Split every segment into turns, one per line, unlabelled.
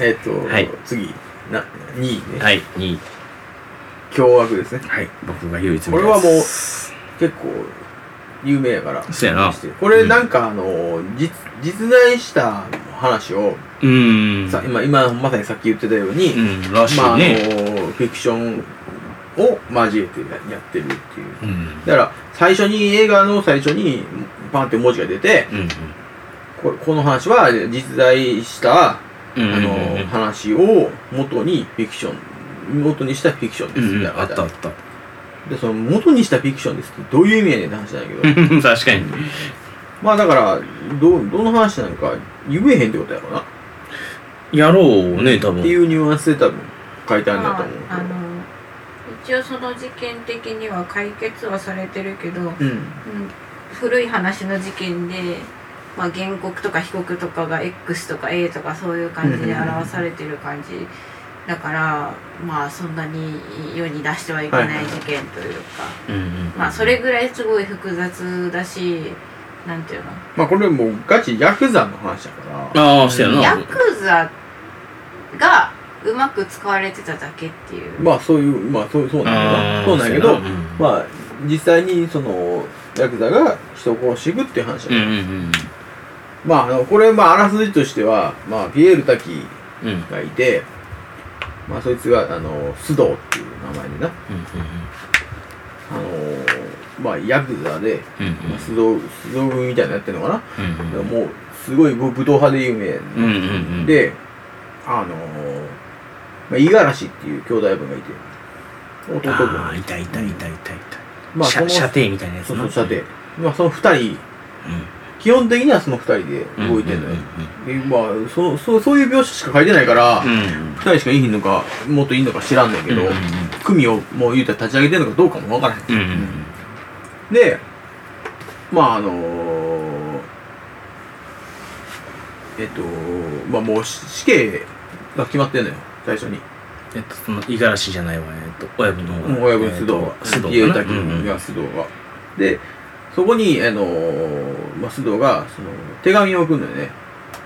えっ、と、
はい
次、な、2位ね。
はい、2位。
凶悪ですね。
はい、僕が唯一
これはもう結構、有名やから。
そうやな
これなんかあの、実、実在した話を、
うーん。
さ、今、今、まさにさっき言ってたように、
うん、らしい
まあ、あの、
ね。
フィクションを交えてややってるっていう。
うん。
だから、最初に、映画の最初に、パンって文字が出て、
うん。
これこの話は実在した
うん。
あの、
うんうん
話を元にフィクション、元にしたフィクションで
う
す
ん
み
う
た
ん
いな。
あったあった。
で、その元にしたフィクションですってどういう意味やねんって話なんだけど。
確かに。
まあだから、どう、どの話なのか言えへんってことやろうな。っ
やろうね、多
てい
分。
うニュアンスで多分書いてあるんだ
ま
と
あ
思うけど
あの一応その事件的には解決はされてるけど、うん、。
うん。
古い話の事件で、まあ、原告とか被告とかが X とか A とかそういう感じで表されてる感じだからまあそんなに世に出してはいけない事件というか、
うんうん
まあそれぐらいすごい複雑だしなんていうの
まあこれもうガチヤクザの話だから。
ああ、そうや
ヤ
な。
クザがうまく使われてただけっていう。
まあそういう、まあそう、そうなんだ
あー
そうなんやけど、
そうやなうん
まあ実際にその、ヤクザが人を殺していくっていう話だ
う
から
んうん
まああの、これ、まああらすじとしては、まあピエール滝
うん。うん。うん
がいて、まあ、そいつが、あの、須藤っていう名前でな、あのまあ、ヤクザで、
うんうん。うん
まあ、須藤、須藤軍みたいなのやってるのか
うん
な、もう、すごい武武闘派で有名
うんうんうん。
で、あのまあ、五十嵐っていう兄弟分がいて、弟分。
ああ、いたいたいたいたいた。
まあ、
射
その、
射程みたいなやつ
そう
な
そう、射程。まあ、その二人、
う
基本的にはその二人で
ん。
動いてんの
う
よ
ん。
でまあ、そ、そう、そういう描写しか書いてないから
う、ん。
二人しかいいのか、もっといいのか知らんねんけど、組をもう言うたら立ち上げてるのかどうかもわからへん。
うんうんうん。
で、まああのーえっと、まあもうし死刑が決まってんのよ、最初に。
えっと、その、五十嵐じゃないわ、えっと、親分の方
親分須藤
え
が
っと須。藤
家
か
だ
な
け
うんうん
が須藤が。で、そこに、あのーまあ、須藤が、その、手紙を送るのよね。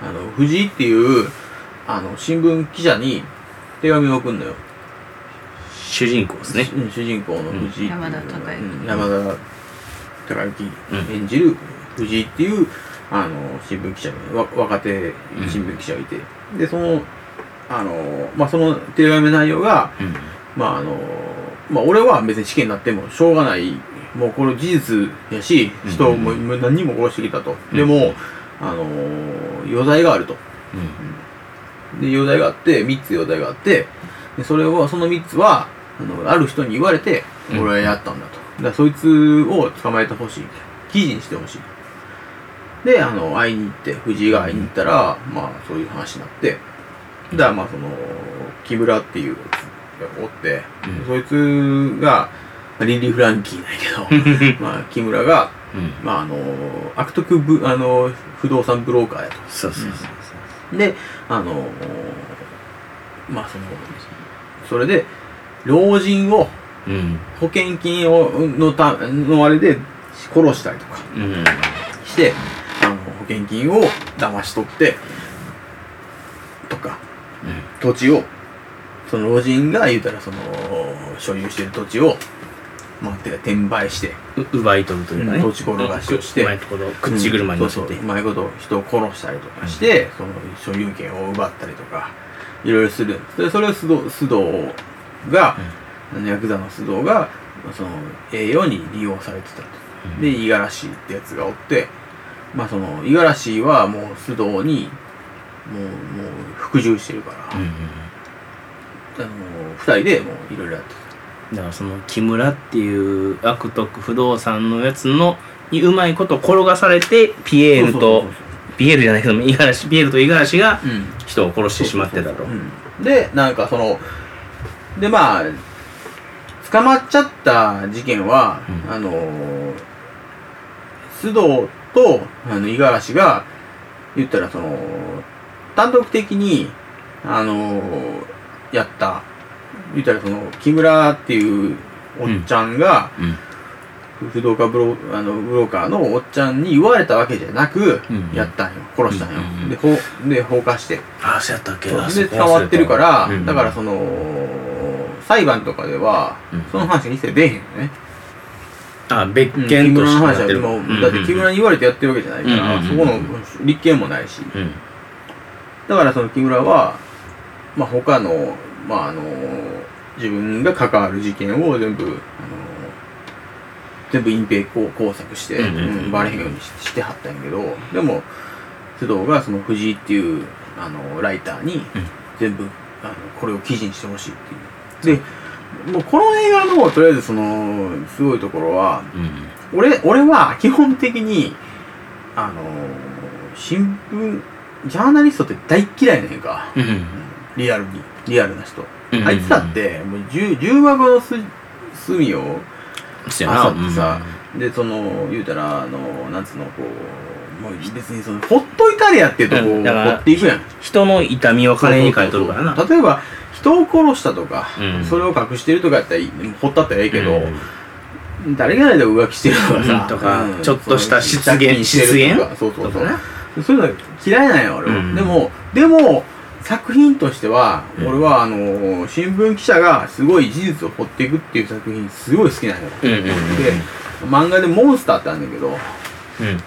あの、藤井っていう、あの、新聞記者に手紙を送るのよ。
主人公ですね。
うん主人公の藤井、
うん山田孝之
うん山田孝
う
之演じる藤井っていう、あの新聞記者がわ若手新聞記者がいて、でそのあのまあその手紙の内容が
うん。
まああのまあ俺は別に死刑になってもしょうがないもうこれ事実やし
うん
人をもうもう何人も殺してきたと、
うん
でもあの余罪があるとで余罪があって3つ余罪があってでそれをその3つはあのある人に言われて
うん
俺はやったんだと、だからそいつを捕まえてほしい記事にしてほしいであの会いに行って藤井が会いに行ったら、まあそういう話になってだからまあその木村っていうやつがおって、
うん
そいつがまあリリー・フランキーなんや
うん。
けどまあ木村が、
うん。
まあ、あの悪徳ぶあの不動産ブローカーやと
そうそうそうそう。
であのまあそのそれで老人を
うん。
保険金をのたのあれで殺したりとか
うん。
してあの保険金を騙し取ってとか土地をその老人が言うたらその所有してる土地を、まあ、てか転売して
う奪い取るというかね。
うん土地転がしをして
うまいところ、口車に乗せ
うんそう
て
そう。うまいこと人を殺したりとかして、その所有権を奪ったりとかいろいろするでそれを須藤須藤が、あのヤクザの須藤がその栄養に利用されてたと、
うん
で五十嵐ってやつがおってまあその五十嵐はもう須藤にもうもう服従してるから、
うんうん
あの二人でもういろいろやって
だからその木村っていう悪徳不動産のやつのにうまいこと転がされてピエールと
そうそう
ピエールじゃないけども五十嵐ピエールと五十嵐が
た、うん
人を殺してしまってたと
うんでなんかそのでまあ捕まっちゃった事件は、
うん
あのー須藤とあの五十嵐が言ったらその単独的にあのーやった言ったらその木村っていうおっちゃんが、
うん
不動家ブロあのブローカーのおっちゃんに言われたわけじゃなく、
うん
やったんよ殺したんよ、
うんうん
でほで放火して
ああそうやったっけあそ
で
こ忘れ
伝わってるから、
うん
だからその裁判とかでは、
うん
その話にして出えへんよね、
あ別
うん、木
件と
村の
し
話は
てやってる
もう、だって木村に言われてやってるわけじゃないから、
うんうん
そ
うん
この立件もないし
うんうん
だからその木村は、まあ、他の、まあ、あの自分が関わる事件を全部、あの全部隠蔽工工作して、
うんうんうん
うんバレへんようにししてはったんやけどでも須藤がその藤井っていう、あのライターに
うん
全部、あのこれを記事にしてほしいっていう。でもうこの映画のとりあえずそのすごいところは
うん
俺俺は基本的にあのー新聞ジャーナリストって大嫌いなんやんか
うん
リアルにリアルな人、
うん
あいつだってもう重重箱のす隅を
そうやな
朝ってさでその言うたらあのなんつうのこうもう別にそのほっといたれやっていうとこを
うんだから
掘っていくやん
うん人の痛みを金に変えとるからな
そうそうそう例えば人を殺したとか、
うん
それを隠してるとかやったらいい掘ったったらええけど、
うん
誰がないで浮気してるとかさ、
うんとか
うん
ちょっとした失言
借金してるとかそうそう
と
そ
かね
うそういうの嫌いなんよ俺は、
うん
でもでも作品としては、
うん
俺はあのー新聞記者がすごい事実を掘っていくっていう作品すごい好きなんよ、
うんうんうん
で漫画で「モンスター」ってあるんだけど
うん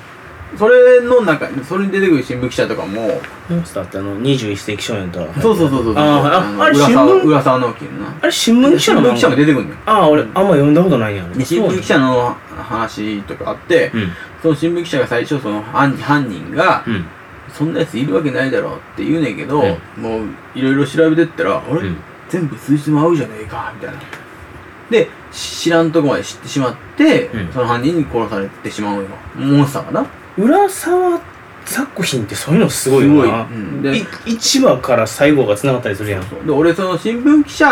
それの中にそれに出てくる新聞記者とかも
モンスターってあの21世紀少年とは
そうそうそうそう
あーあ
の
あれ
浦沢
新聞
浦沢直樹のな
あれ新聞記者の
新聞記者
漫
も
画
出てくるんだよ
ああ俺あんま読んだことないんやろ
で新聞記者の話とかあって、
うん
その新聞記者が最初その犯犯人が、
うん
そんなやついるわけないだろうって言うねんけど、
う
もういろいろ調べてったら、あれ、
うん
全部数字も合うじゃねえかみたいなでし知らんとこまで知ってしまって、
うん
その犯人に殺されてしまうよモンスターかな
浦沢作品ってそういうのすごいよな
すごいうんで
い一話から最後が繋がったりするやん
で俺その新聞記者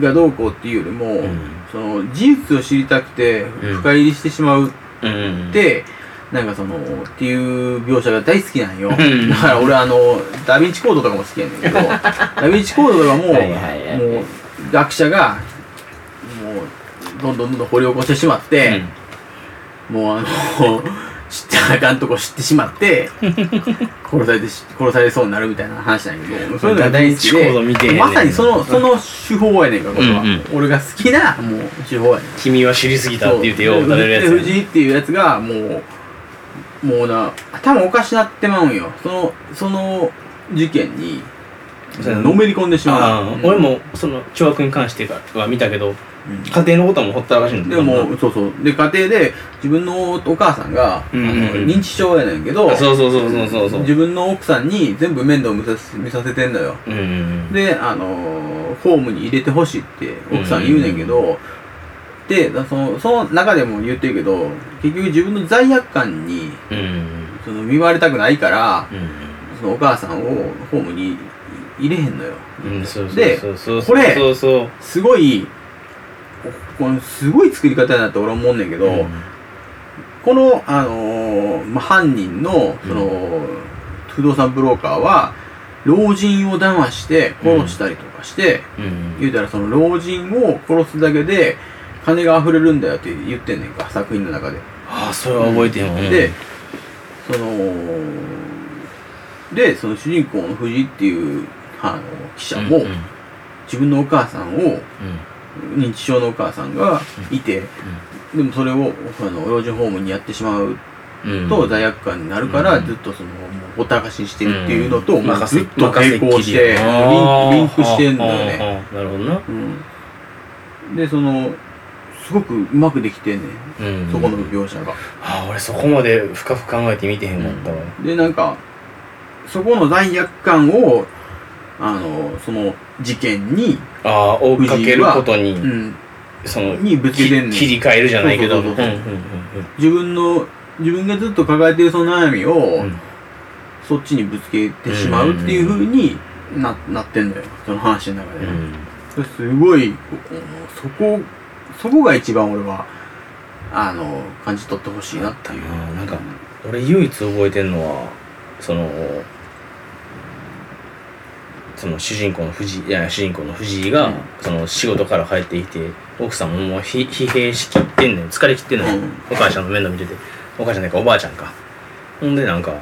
がどうこうっていうよりも、
うん
その事実を知りたくて
うん
深入りしてしまう
うん
って、なんかそのっていう描写が大好きなんよ、
ん
だから俺あのダ・ヴィンチコードとかも好きやねん けどダ・ヴィンチコードとかも
はいはいはい
もう学者がもうどんどんどんどん掘り起こしてしまって、もうあの 知ってあかんとこ知ってしまって 殺されてし殺されそうになるみたいな話なんやけどそういうのが大好き
ダヴィンチコード見てん
で
ねんな
まさにそのその手法やねんかこれは、
うんうん
俺が好きなもう手法やねん
君は知りすぎたって言ってよう打たれるや
そう
つ
で藤井っていうやつがもうもうな頭おかしなってまうんよそのその事件に
そうやな
のめり込んでしま
あ
う、
あ
うん
俺、もその懲悪に関しては見たけど
うん
家庭のこともほったらかしいんだ
でもそうそうで家庭で自分のお母さんが、
うんうんうん
あの認知症やねんけど
あそうそうそうそうそうそう
自分の奥さんに全部面倒見させ見させてんのよ
うんうん
であのーホームに入れてほしいって奥さん言うねんけど、でだそのその中でも言ってるけど結局自分の罪悪感に
うんうん
その見舞われたくないから
うん
そのお母さんをホームに入れへんのよ
うんうんそう
で
そうそうそう
これ
そうそう
すごいここのすごい作り方やなって俺は思うねんけど、
うん
この、あのーまあ、犯人のその、不動産ブローカーは老人を騙して殺したりとかして、
うん
言うたらその老人を殺すだけで金が溢れるんだよって言ってんねんか作品の中で。
ああそれは覚えてんわ
でそのでその主人公の藤井っていうあの記者も、
うんうん
自分のお母さんを
うん
認知症のお母さんがいて、でもそれをあの老人ホームにやってしまう
うん
と罪悪感になるから、
うん
ずっとそのもうほったらかしにしてるっていうのと、もう
任せ
ずっと並行してリ
任せっきり
ンリンクしてんのよね。
あーあーあーなるほどな、
うんでそのすごくうまくできてんね
うん
そこの描写が。
ああ俺そこまで深く考えて見てへんかったわ
でなんかそこの罪悪感をあのその事件に、
ああ追いかけることに、
うん、
その
にぶつけ
き
てんねん
切り替えるじゃないけど
そうそうそうそう
うんうんうん
自分の自分がずっと抱えてるその悩みを、
ん
そっちにぶつけてしまうっていう風にななってんだよその話の中で、
うん
すごいこうそこそこが一番俺はあの感じ取ってほしいなっていう
あーなんか俺唯一覚えてんのはそのその主人公の藤井いや主人公の藤井が、
うん
その仕事から帰ってきて奥さんももうひ疲弊しきってんねん疲れきってんのよ、
うん
お母ちゃんの面倒見ててお母ちゃんなんかおばあちゃんかほんでなんか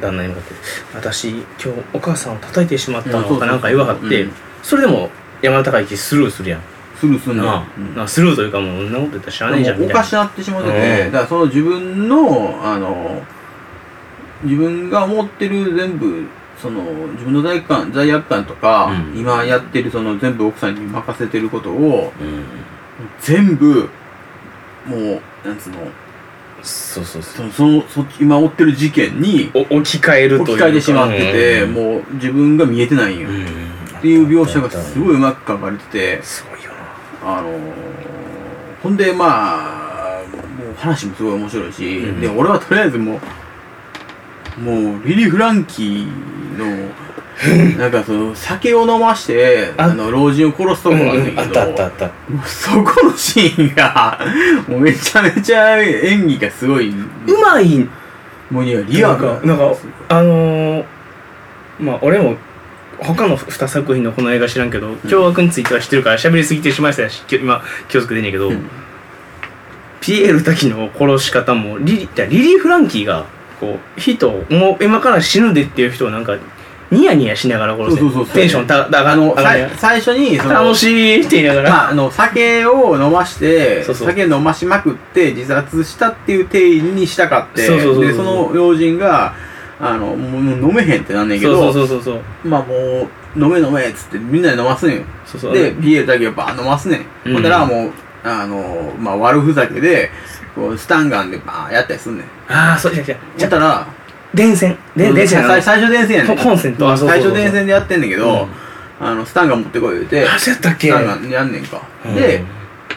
旦那に向かって「私今日お母さんを叩いてしまった
うんそ
の
うそ
か
う
なんか言わはって、
うん
それでも山高行スルーするやん、
するすん
なあ
な、うん
なあスルーというかもうそんなこと言ったら知らねえじゃん
もう
み
お
たいな
かしなってしまってて、
うん
だからその自分のあの自分が思ってる全部その自分の罪悪感罪悪感とか、
うん
今やってるその全部奥さんに任せてることを
うん
全部もうなんつうの
そうそうそ
そうのそのそっち今追ってる事件に
お置き換える
置
と
き
いう
換えてしまってて、
う
もう自分が見えてないんよ、
ん、
っていう描写がすごい
い
うまく書かれてて、
すごいよな
あのー、ほんでまあもう話もすごい面白いし、
うん
で俺はとりあえずもうもうリリー・フランキーの なんかその酒を飲まして
あ
あの老人を殺すとこがあるんだ
あっ
けど、
たあったあった
もうそこのシーンが もうめちゃめちゃ演技がすごい、
うまい
もういやリアル
なんかなんかあのー、まあ俺も他の2作品のこの映画知らんけど凶悪については知ってるから喋りすぎてしまいましたしきょ今気をつけてんねんけど、
うん
ピエール滝の殺し方もリリじゃあリリー・フランキーがこう人をもう今から死ぬでっていう人をなんかニヤニヤしながら殺して
そうそうそう
テンションたた上が
あの
上が
さ
る
い
やん
最初にその
楽しいって言いながら、
まあ、あの酒を飲まして
そうそう
酒飲ましまくって自殺したっていう定義にしたかって
そうそうそうそう
でその老人があのもう飲めへんってなんねんけ
そ
ど
うそうそうそうそう
まあもう飲め飲めっつってみんなで飲ますんよ
そうそう
でビエルだけやっぱ飲ますねん、
うん
ほんだらもうあの、まあ、悪ふざけでこうスタンガンでバーンやったりすんねん
ああそうじゃじゃ
じ
じ
ゃっ
ゃ
たら
電線で
うん
電線やな
最最初電線やねん
コンセントあそうそう
最
そう
初電線でやってんねんけど、あのスタンガン持ってこい言うて
あそうやったっ
ス
け
タンガンやんねんか、
うん
で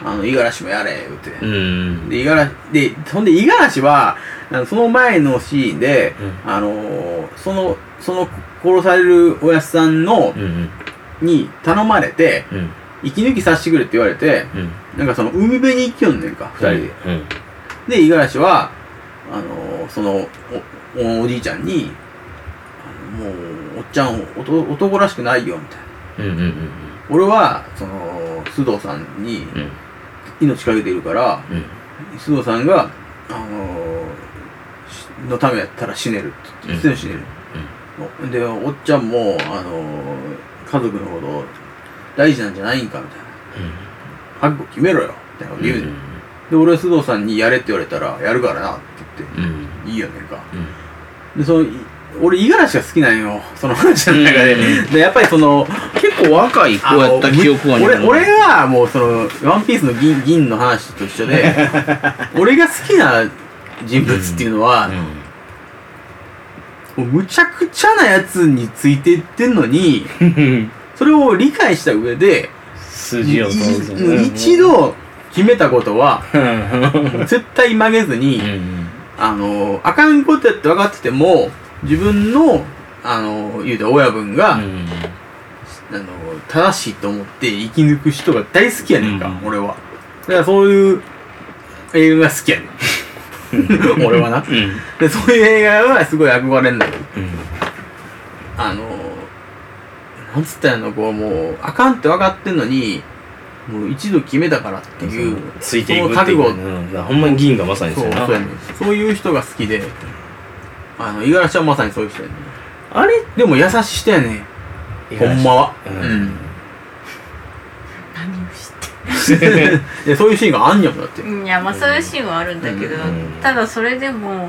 あの五十嵐もやれ言うて、
うん
で、五十嵐、で、そんで、五十嵐は、あのその前のシーンで、
う
あのーその、その殺されるおやすさんの
う、ん
に頼まれて、
うん
息抜きさせてくれって言われて、
うん
なんかその、海辺に行きよんねんか、二人で。
うん
で、五十嵐は、あのーそのお、お、おじいちゃんに、あのもう、おっちゃん、おと男らしくないよ、みたいな。
うんうんうん
俺は、その、須藤さんに
うん
命かけてるから、
うんうん
須藤さんが、あのーしのためやったら死ねるって言って普通に死ねる、おでおっちゃんも、あのー家族のこと大事なんじゃないんかみたいな覚悟決めろよみたいなこと言うねん、で俺は須藤さんにやれって言われたらやるからなって言って、
うん
いいよねんか
うん
でそのい俺五十嵐が好きなんよその話の中で、
う
でやっぱりその
結構若い子やった記憶は
あの俺俺はもうその「ワンピースの銀銀の話と一緒 で俺が好きな人物っていうのは、もうむちゃくちゃなやつについていってんの に
うん
それを理解した上で
筋を通す
い一度決めたことは
うん
絶対曲げずに、あのあかんことやって分かってても自分のあの言うたら親分が、あの正しいと思って生き抜く人が大好きやねんか、
うん
俺はだからそういう映画が好きやね ん俺はな
うん
でそういう映画はすごい憧れんだよ
うん
あのなんつったらいいのこうもうあかんって分かってんのにもう一度決めたからっていう
ついていくっていう
その覚
うんほんまに議員がまさに
そう
よな
そうやねんそういう人が好きであの五十嵐はまさにそういう人やねん
あれ
でも優しい人やねんほんまは
う
うんん、
何を知って
でそういうシーンがあんにゃんだって
いやまあそういうシーンはあるんだけど、
うん
ただそれでも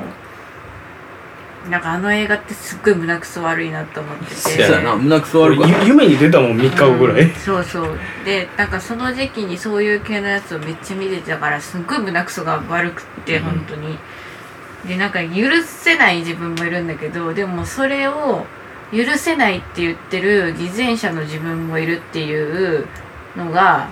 なんかあの映画ってすっごい胸くそ悪いなと思ってて
そう
そうやな胸くそ悪くは
俺ゆ夢に出たもん3日後ぐらい
うんそうそうでなんかその時期にそういう系のやつをめっちゃ見てたからすっごい胸くそが悪くって
うん
本当にでなんか許せない自分もいるんだけどでもそれを許せないって言ってる偽善者の自分もいるっていうのが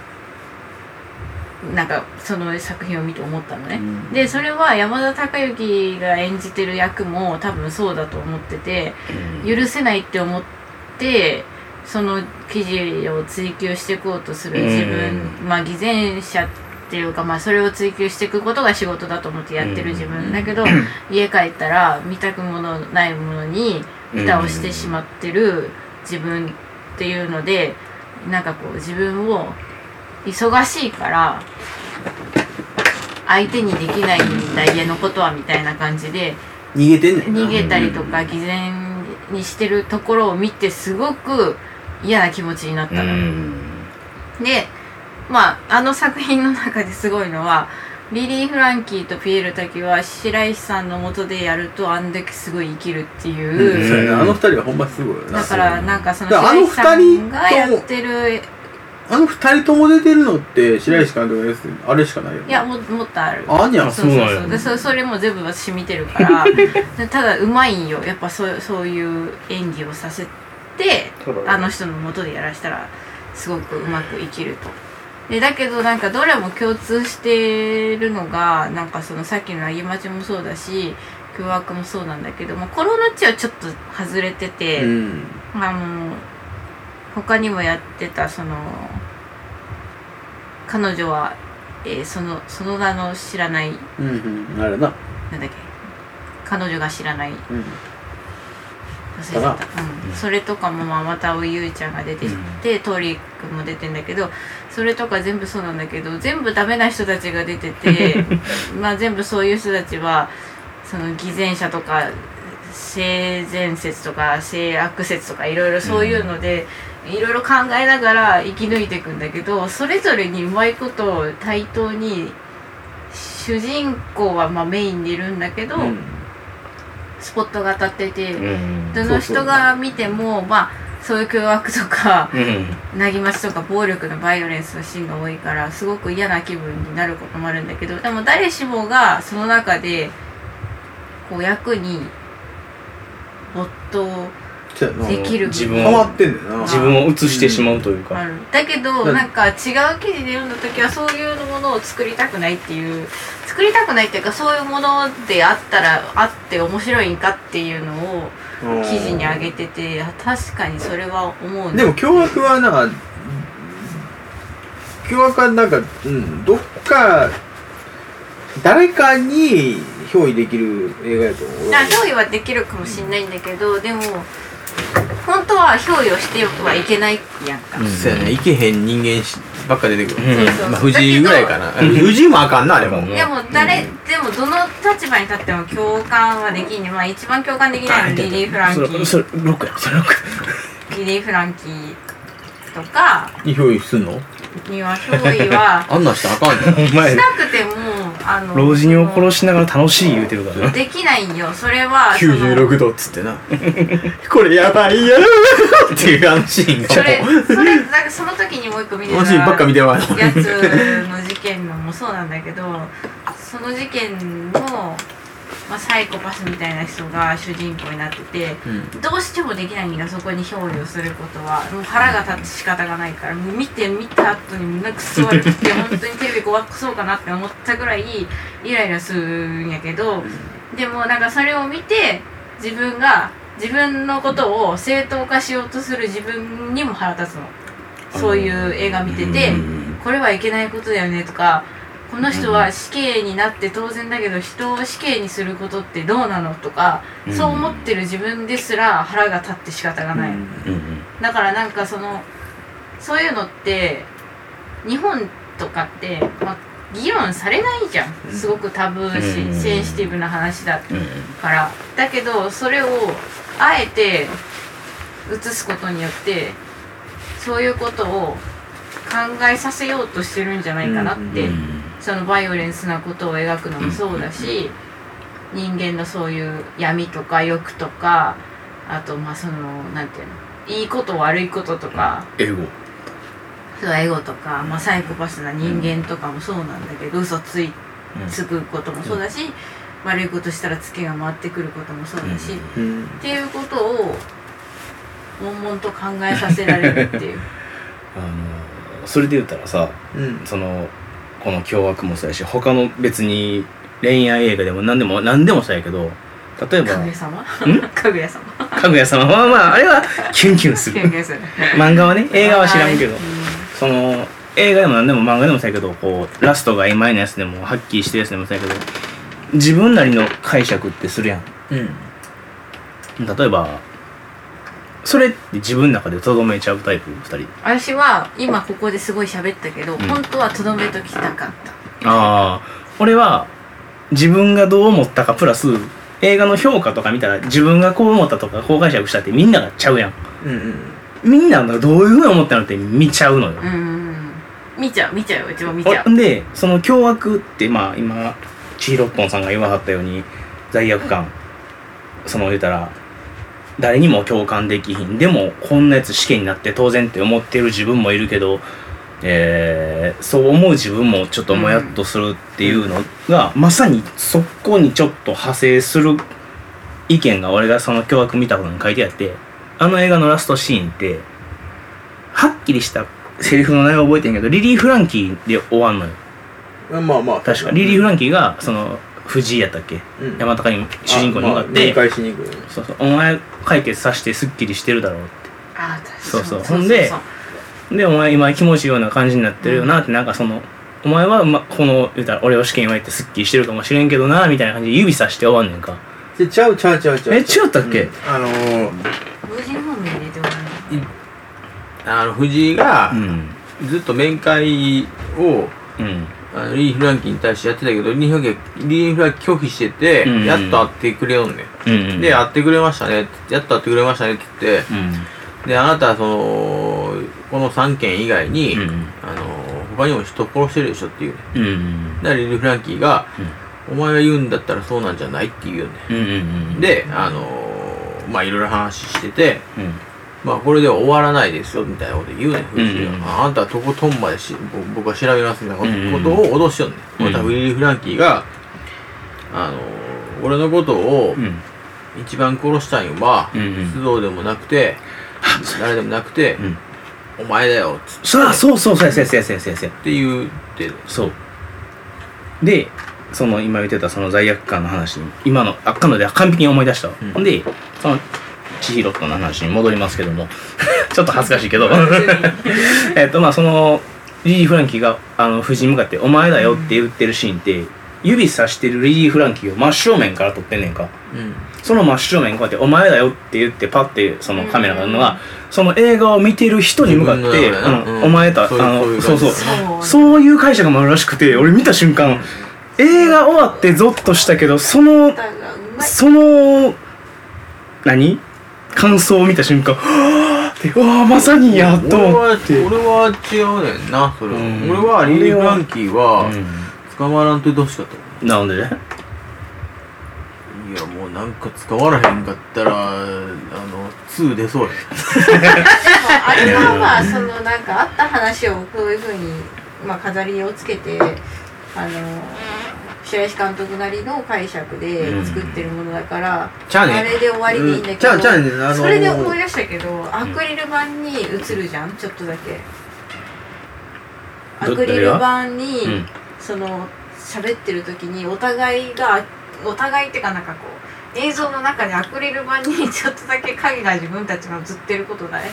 なんかその作品を見て思ったのね、
うん
でそれは山田孝之が演じてる役も多分そうだと思ってて、許せないって思ってその記事を追求していこうとする自分、まあ偽善者っていうか、まあ、それを追求していくことが仕事だと思ってやってる自分だけど、家帰ったら見たくものないものに蓋をしてしまってる自分っていうのでなんかこう自分を忙しいから相手にできないんだ家のことはみたいな感じで
逃げてんねんな
逃げたりとか偽善にしてるところを見てすごく嫌な気持ちになっ
う
たの。
ん
でまああの作品の中ですごいのはリリー・フランキーとピエール滝は白石さんの下でやるとあんだけすごい生きるっていう
う、んそうやなあの二人はほんますごいよな
だからなんかその
だからあ
白
の
石さ
二人
んがやってる
あの二人とも出てるのって白石監督のやつってあれしかないよね
いやももっとある
あんにゃん
そうそう
そう
そ
な
うんで
や
そそれも全部私見てるから でただうまいんよやっぱそうそういう演技をさせてあの人の元でやらしたらすごくうまく生きると。でだけどなんかどれも共通してるのがなんかそのさっきの「あげまち」もそうだし「凶悪」もそうなんだけど、まあ、コロナ地はちょっと外れてて、
うん
あの他にもやってたその彼女は、えーそのその名の知らないなん
うんうんあれな
だっけ彼女が知らない
うん
忘れちゃった、うん、それとかもまあまたおゆうちゃんが出てきて、トリックも出てんだけどそれとか全部そうなんだけど全部ダメな人たちが出て てまあ全部そういう人たちはその偽善者とか性善説とか性悪説とかいろいろそういうので。いろいろ考えながら生き抜いていくんだけどそれぞれにうまいことを対等に主人公はまあメインでいるんだけど、
うん
スポットが当たってて、
うん
どの人が見てもまあそういう凶悪とか
うん
なぎまちとか暴力のバイオレンスのシーンが多いからすごく嫌な気分になることもあるんだけどでも誰しもがその中でこう役に没頭
そうやな
できる
自分
ハマってんねんな
自分を映してしまうという
あ
か、
るだけど
うん
なんか違う記事で読んだ時はそういうものを作りたくないっていう作りたくないっていうかそういうものであったらあって面白いんかっていうのを
うん
記事に上げててあ確かにそれは思う
でも凶悪はな凶悪はなんか、うん、どっか誰かに憑依できる映画やと思う
な憑依はできるかもしれないんだけど、でも本当は憑依をしてはいけないやんか、
うん
そうやねいけへん人間しばっか出てくる、
うん
まあ、藤井ぐらいかな
うん
藤井もあかんなあれも、
うん
でも誰、でもどの立場に立っても共感はできんまあ一番共感できないのはリリー・フランキ
それ
ー
それロックやそれロック
リリー・フランキーとか
憑依すんの
には憑依は
あんなんしたらあかんねん
お前
しなくてもあの
老人を殺しながら楽しい言うてるからな
できないんよそれはその
96度っつってなこれやばいよーっていうあのシーンが
それ
もう
それなんかその時にもう一個見てた
マジばっか見てまう
やつの事件のもそうなんだけどその事件の、まあ、サイコパスみたいな人が主人公になってて
うん
どうしてもできないんだそこに憑依をすることはもう腹が立つ仕方がないからもう見て見た後に胸くそ 悪くて本当にテレビ壊そうかなって思ったぐらいイライラするんやけどでもなんかそれを見て自分が自分のことを正当化しようとする自分にも腹立つのそういう映画見てて。
うん
これはいけないことだよねとかこの人は死刑になって当然だけど人を死刑にすることってどうなのとか
うん
そう思ってる自分ですら腹が立って仕方がない、
うん
だからなんかそのそういうのって日本とかって、まあ、議論されないじゃんすごくタブーし、
うん
センシティブな話だ
うん
からだけどそれをあえて映すことによってそういうことを考えさせようとしてるんじゃないかなって、
うん
そのバイオレンスなことを描くのもそうだし、人間のそういう闇とか欲とかあとまあそのなんていうのいいこと悪いこととか、
英語
そうエゴとか、まあ、サイコパスな人間とかもそうなんだけど、嘘ついつくこともそうだし、悪いことしたらツケが回ってくることもそうだし、
うん
うん
っていうことを悶々と考えさせられるっ ていう
あのそれで言ったらさ
うん
そのこの凶悪もそうやし他の別に恋愛映画でも何でも何でもそうやけど例えば
かぐや様
ん
かぐや様
かぐや様はまああれはキュンキュンす
キ
る
ュン キュンする
漫画はね映画は知らんけど
はい
その映画でも何でも漫画でもそうやけどこうラストが曖昧なやつでもはっきりしてるやつでもそうやけど自分なりの解釈ってするやん
うん
例えばそれって自分の中でとどめちゃうタイプ2人
私は今ここですごい喋ったけど、本当はとどめときたかった
ああ俺は自分がどう思ったかプラス映画の評価とか見たら自分がこう思ったとかこう解釈したってみんながちゃうやん
うんうん
みんながどういうふうに思ったのって見ちゃうのよ
う、ん見ちゃう見ちゃううちも見ちゃう
俺でその凶悪ってまあ今千尋っぽんさんが言わはったように罪悪感その言うたら誰にも共感できひんでもこんなやつ試験になって当然って思ってる自分もいるけど、えーそう思う自分もちょっともやっとするっていうのが、まさにそこにちょっと派生する意見が俺がその凶悪見たことに書いてあってあの映画のラストシーンってはっきりしたセリフの内容覚えてんけどリリー・フランキーで終わんのよ
うんまあまあ
確かリリー・フランキーがその藤井やったっけ
うん
山高に主人公に向かっ
あまあ
て、
面会しに行くよね
そうそうお前解決させてすっきりしてるだろうっ
ああ確かに
そうそうほんでてでお前今気持ちいいような感じになってるよなって、なんかそのお前は、ま、この言うたら俺を試験終えてすっきりしてるかもしれんけどなみたいな感じで指さして終わんねんか
でちゃうちゃうちゃうちゃう
え違ったっけ
うんあのー
無人本に入れてもらう
あの藤井が
うん
ずっと面会を
うん
あのリリー・フランキーに対してやってたけどリリー・フランキーリリーフランキー拒否してて、
うん
やっと会ってくれよんね、
うんうん
で会ってくれましたねやっと会ってくれましたねって言って
う
であなたはそのこの3件以外に、
んうん
あの他にも人殺してるでしょっていうね
うんうん
だからリリー・フランキーが、お前が言うんだったらそうなんじゃないって言うよね
うんうんうん
であのまあいろいろ話してて
うん
まあこれでは終わらないですよみたいなこと言うねん、藤井が
うんうん
ああんたはとことんまでしぼ僕は調べますみたいなこと,、
うん
を脅しよんね
うん
ん。またフリー・フランキーが、あの俺のことを
うん
一番殺したんは、
うんうん
須藤でもなく て、誰でもなくて、
うん
お前だよっつ
そらそうそうそうやそうやそうやそうやそうやそうや
って言ってる。
そうでその今言ってたその罪悪感の話に今のあっかので完璧に思い出したわ、
うん
ほんでその千尋との話に戻りますけども ちょっと恥ずかしいけど えっとまあそのリリー・フランキーがあの夫人に向かって「お前だよ」って言ってるシーンって指さしてるリリー・フランキーを真正面から撮ってんねんか
うん。
その真正面こうやって「お前だよ」って言ってパッてそのカメラがあるのが、その映画を見てる人に向かっ
自
て「
分の中でね
うん
うん
お前だ」あ
そういう
の
そ
そう
いう感じ
うそうそういう解釈
そう
もあるらしくて俺見た瞬間映画終わってゾッとしたけどその
歌がうまい
その何感想を見た瞬間「はぁ!」って「わあまさにや!」と
俺
思
は
って
俺は違うねんな、それは。
うん
俺はリリー・フランキーは捕まらんといてほしかった。
うんなんで
いやもうなんか使わらへんかったらあの2出そうや
でもあれはまあそのなんかあった話をこういうふうに、まあ、飾りをつけてあの白石監督なりの解釈で作ってるものだから、
ちゃうねん
あれで終わりでいいんだ
う
けど、
んちゃうちゃうねんあのー
それで思い出したけどアクリル板に映るじゃんちょっとだけア
ど
クリル板に、
うん
その喋ってる時にお互いがお互いってかなんかこう映像の中でアクリル板にちょっとだけ影が自分たちが映ってることない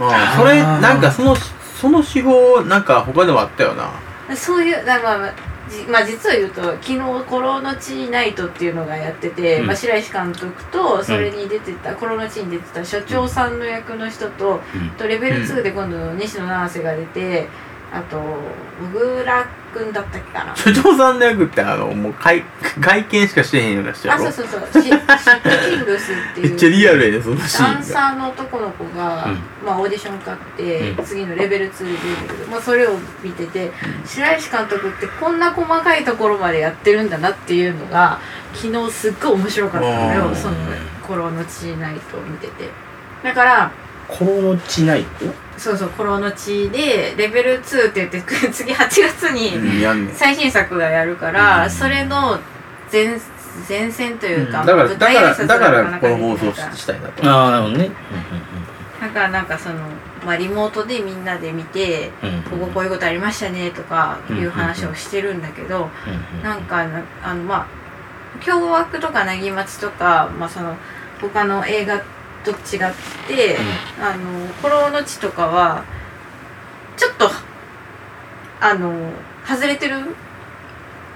ああそれ
あー
なんかそのその手法なんか他でもあったよ な
そういうだからまあじまあ実を言うと昨日「コロの地ナイト」っていうのがやってて、
うん
まあ、白石監督とそれに出てた、コロの地に出てた所長さんの役の人と、
うん
とレベル2で今度西野七瀬が出てあと小倉君だったっけかな
所長さんの役ってあのもう会会見しかしてへんような人や
あ
ろ
そうそうそうシシットキングスって
めっちゃ
いう
リアルやねそのシ
ダ
ー
ン
ンが
サーの男の子が、
うん
まあ、オーディション受かって、
うん
次のレベル2で出るんだけど、まあ、それを見てて、白石監督ってこんな細かいところまでやってるんだなっていうのが昨日すっごい面白かったの
う
よ
ん
その「コロの血ナイト」を見ててだから
「このちない」
そうそう「コロの血」でレベル2って言って 次8月
う
に
んやんねん
最新作がやるから、
うん
それの前前線というか、
だから
舞
だか
台挨
ら
拶
だか
な
ら
か
この
なかできな
放送
いから
ししたいなと
ああなるほどね
だからなんかその、まあ、リモートでみんなで見て
うんうん
こここういうことありましたねとかいう話をしてるんだけどなんかなあのまあ凶悪とかなぎまちとか、まあ、その他の映画と違って、あの「コロの地」とかはちょっとあの外れてる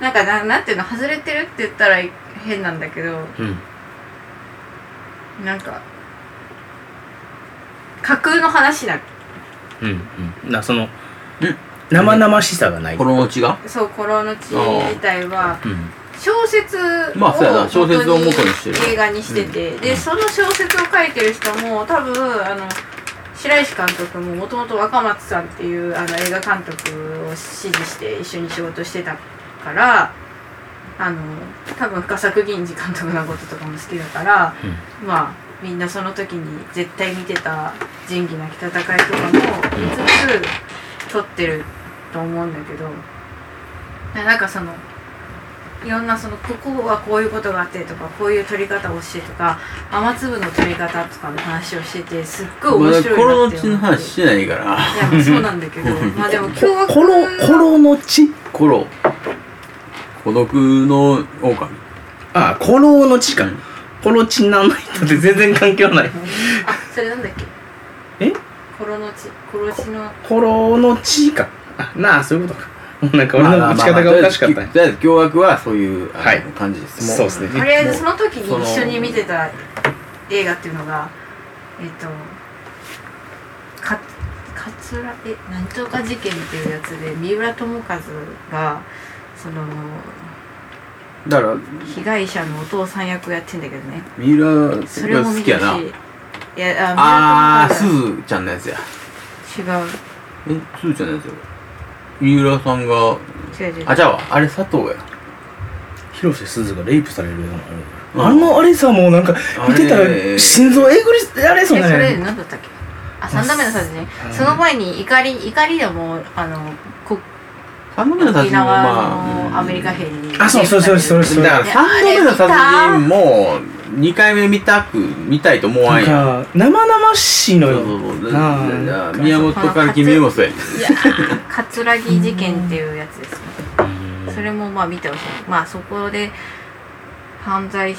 なんかななんていうの外れてるって言ったら変なんだけど
うんうん
なんか架空の話だ
うんうんなその生々しさがない、
このうちが
そう「コロの地」自体は
うん
小説を
まあそうやな小説を元にしてる
映画にしてて、
うん
でその小説を書いてる人も多分あの白石監督ももともと若松さんっていうあの映画監督を支持して一緒に仕事してたからあの多分深作銀次監督のこととかも好きだから、まあみんなその時に絶対見てた「仁義なき戦い」とかも見つつ撮ってると思うんだけどななんかそのいろんなそのここはこういうことがあってとかこういう取り方をしてとか雨粒の取り方とかの話をしててすっごい
ま
面
だ
白いなって
この
思
う
って
ちの話してないから
いやまあそうなんだけ どまあでも凶悪
コロコロの地
コロ孤独の狼
あコロの地かコロチナナイトって全然関係はない
あそれなんだっけ
え
コロの血殺しの
コロの地かあなあそういうことかもうなんか俺の打ち方がおかしかったね
とりあえず凶悪はそういうあの
はい
感じです
そうですね
とりあえずその時
そ
に
の
一緒に見てた映画っていうのがえっ、とか桂えなんとか事件っていうやつで三浦友和がその
だから
被害者のお父さん役をやってんだけどね
三浦が
それも
好
見
き
て
や
るし
ない
や
あ
あ
ー
三
す
浦
ずちゃんのやつや
友和違
えすずちゃんのやつや三浦さんが
う違う違う
あじゃああれ佐藤や
広瀬すずがレイプされるような
うん
あのあれさもうなんか見てた
あれ
ら心臓えぐりられそう
えそれ
ね
何だったっけあ三段目の殺人
うん
その前に怒り怒りでもあのこ
三度目の殺
沖
人も
縄
ま
の
あ
アメリカ
兵
兵に
あそうそうそうそうそう
だから3度目の殺人も2回目見たく見たいと思わ
なんん
やん
か生々しいの
そう
よ
そうそうだ
なあ
だから宮本から君もそうやね
いやー葛城事件っていうやつですねそれもまあ見てほしいまあそこで犯罪し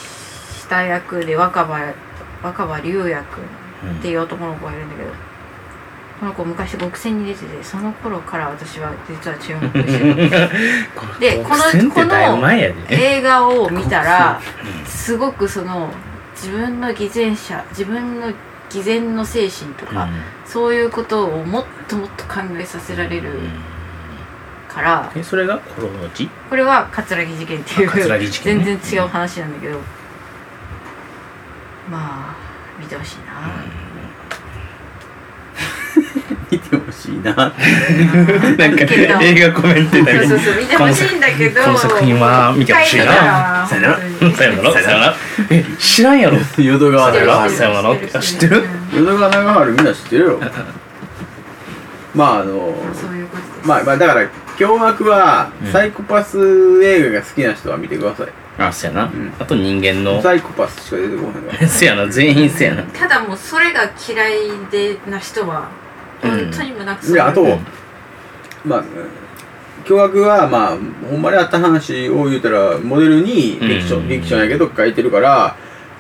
た役で若葉若葉龍也君っていう男の子がいるんだけどこの子昔極戦に出ててその頃から私は実は注目してるでこの
戦ってだいぶ前やで
映画を見たらすごくその自分の偽善者自分の偽善の精神とか、そういうことをもっともっと考えさせられるから、
えそれがコロの地
これは葛城事件っていう
あ葛城事件ね
全然違う話なんだけど、まあ見てほしいな、
見てほしいな
なん か
けど
映画コメントだけ
そうそうそう見てほしいんだけど
この作品は見てほしいな
さよなら
さよならさよならえ知らんやろ
淀川
さよな
長
ら
春
さよならってあ知ってる
淀川長春みんな知ってるよまああの
そういうことです、
まあまあだから凶悪は
うん
サイコパス映画が好きな人は見てください、
あそやなんあと人間の
サイコパスしか出てこないから
そやな全員そやな
ただもうそれが嫌いでな人は
うん
本当にもなく
いやあと、
うん
まあうん凶悪はまあほんまにあった話を言うたらモデルにフィクション、
うん
フィクションやけど書いてるから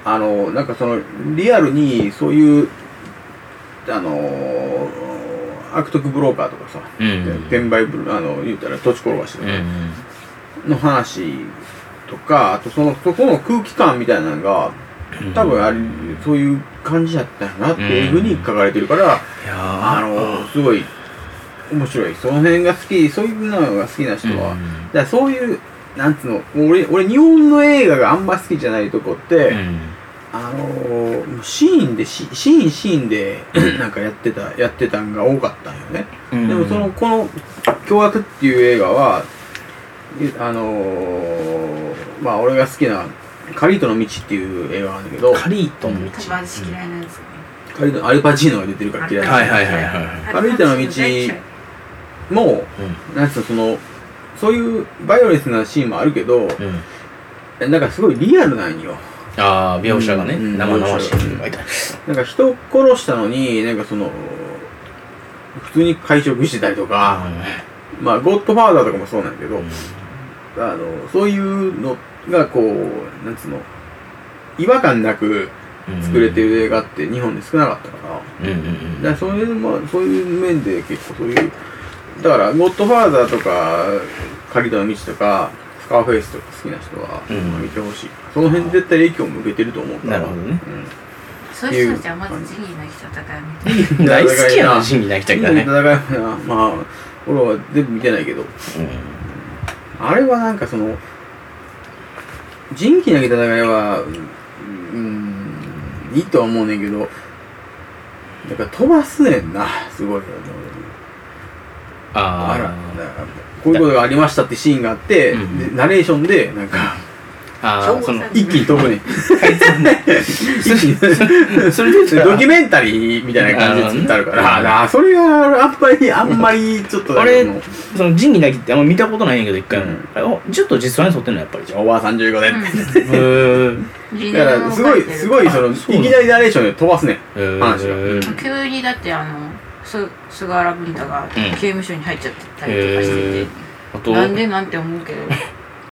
あのなんかそのリアルにそういうあの悪徳ブローカーとかさ、
うん
転売ブロあの言うたら土地転がしと
う
か、
ん
の話とかあとそのそこの空気感みたいなのが
うん
多分あれそういう感じだったよなっていうふうに書かれてるから、
いや
あ
ー
のすごい面白いその辺が好きそういうのが好きな人は、
う
だか
ん
らそういうなんつうの俺俺日本の映画があんま好きじゃないとこって、あのもうシーンでシシーンシーンでなんかやってたやってたんが多かったんよね
うん
でもそのこの「凶悪」っていう映画はえあのー、まあ俺が好きな「カリートの道」っていう映画なんだけど
カ
カ
リートの道
多分私嫌いなんですよね
リートアルパチーノが出てるから嫌い
はいはいはいはいはい
歩いての道もうなんつうのそのそういうバイオレンスなシーンもあるけど
うん
えなんかすごいリアルなんよ
ああ描写がね
うん
生々しい
うん
描いた
なんか人殺したのになんかその普通に会食してたりとか、まあゴッドファーザーとかもそうなんだけど、あのそういうのがこうなんつうの違和感なく作れて
る
る映画って日本で少なかったから,、
うんうん
だ から
うん
そういうのもそういう面で結構そういうだから「ゴッドファーザー」とか「カリドの道」とか「スカーフェイス」とか好きな人は、
うん
まあ見てほしいその辺絶対影響を受けてると思うから
なるほどね
うん
そういう人たちはまず仁義なき戦いを見て
大好きやな、仁義なきた
戦
い
い
だ
も
ね。
なまあ俺は全部見てないけどあれはなんかその仁義なき戦いはうんうんいいとは思うねんけどなんか飛ばすねんなすごいよねあらな
あ
んかこういうことがありましたってシーンがあって、
うん
でナレーションでなんか
あ、あ
消
あ、
防
その
さ、ん
一気に飛ぶ ねん 一気に
それで言ったら
ドキュメンタリーみたいな感じで作ってあるから、
うん
ああそれがあんまり、あんまりちょっと、
あれ
もう
その仁義なきってあんま見たことないんやけど、一回
うん
も。あおちょっと実際に撮ってんの、やっぱりじゃあ。
オーバー35年。
へー
だから、すごい、すごい、その、い
そうなの
きなりナレーションで飛ばすね。
へー
話が
へー
急にだってあのす菅原文太が刑務所に入っちゃったりとか
へ
してて、
ーあと、
なんでなんて思うけど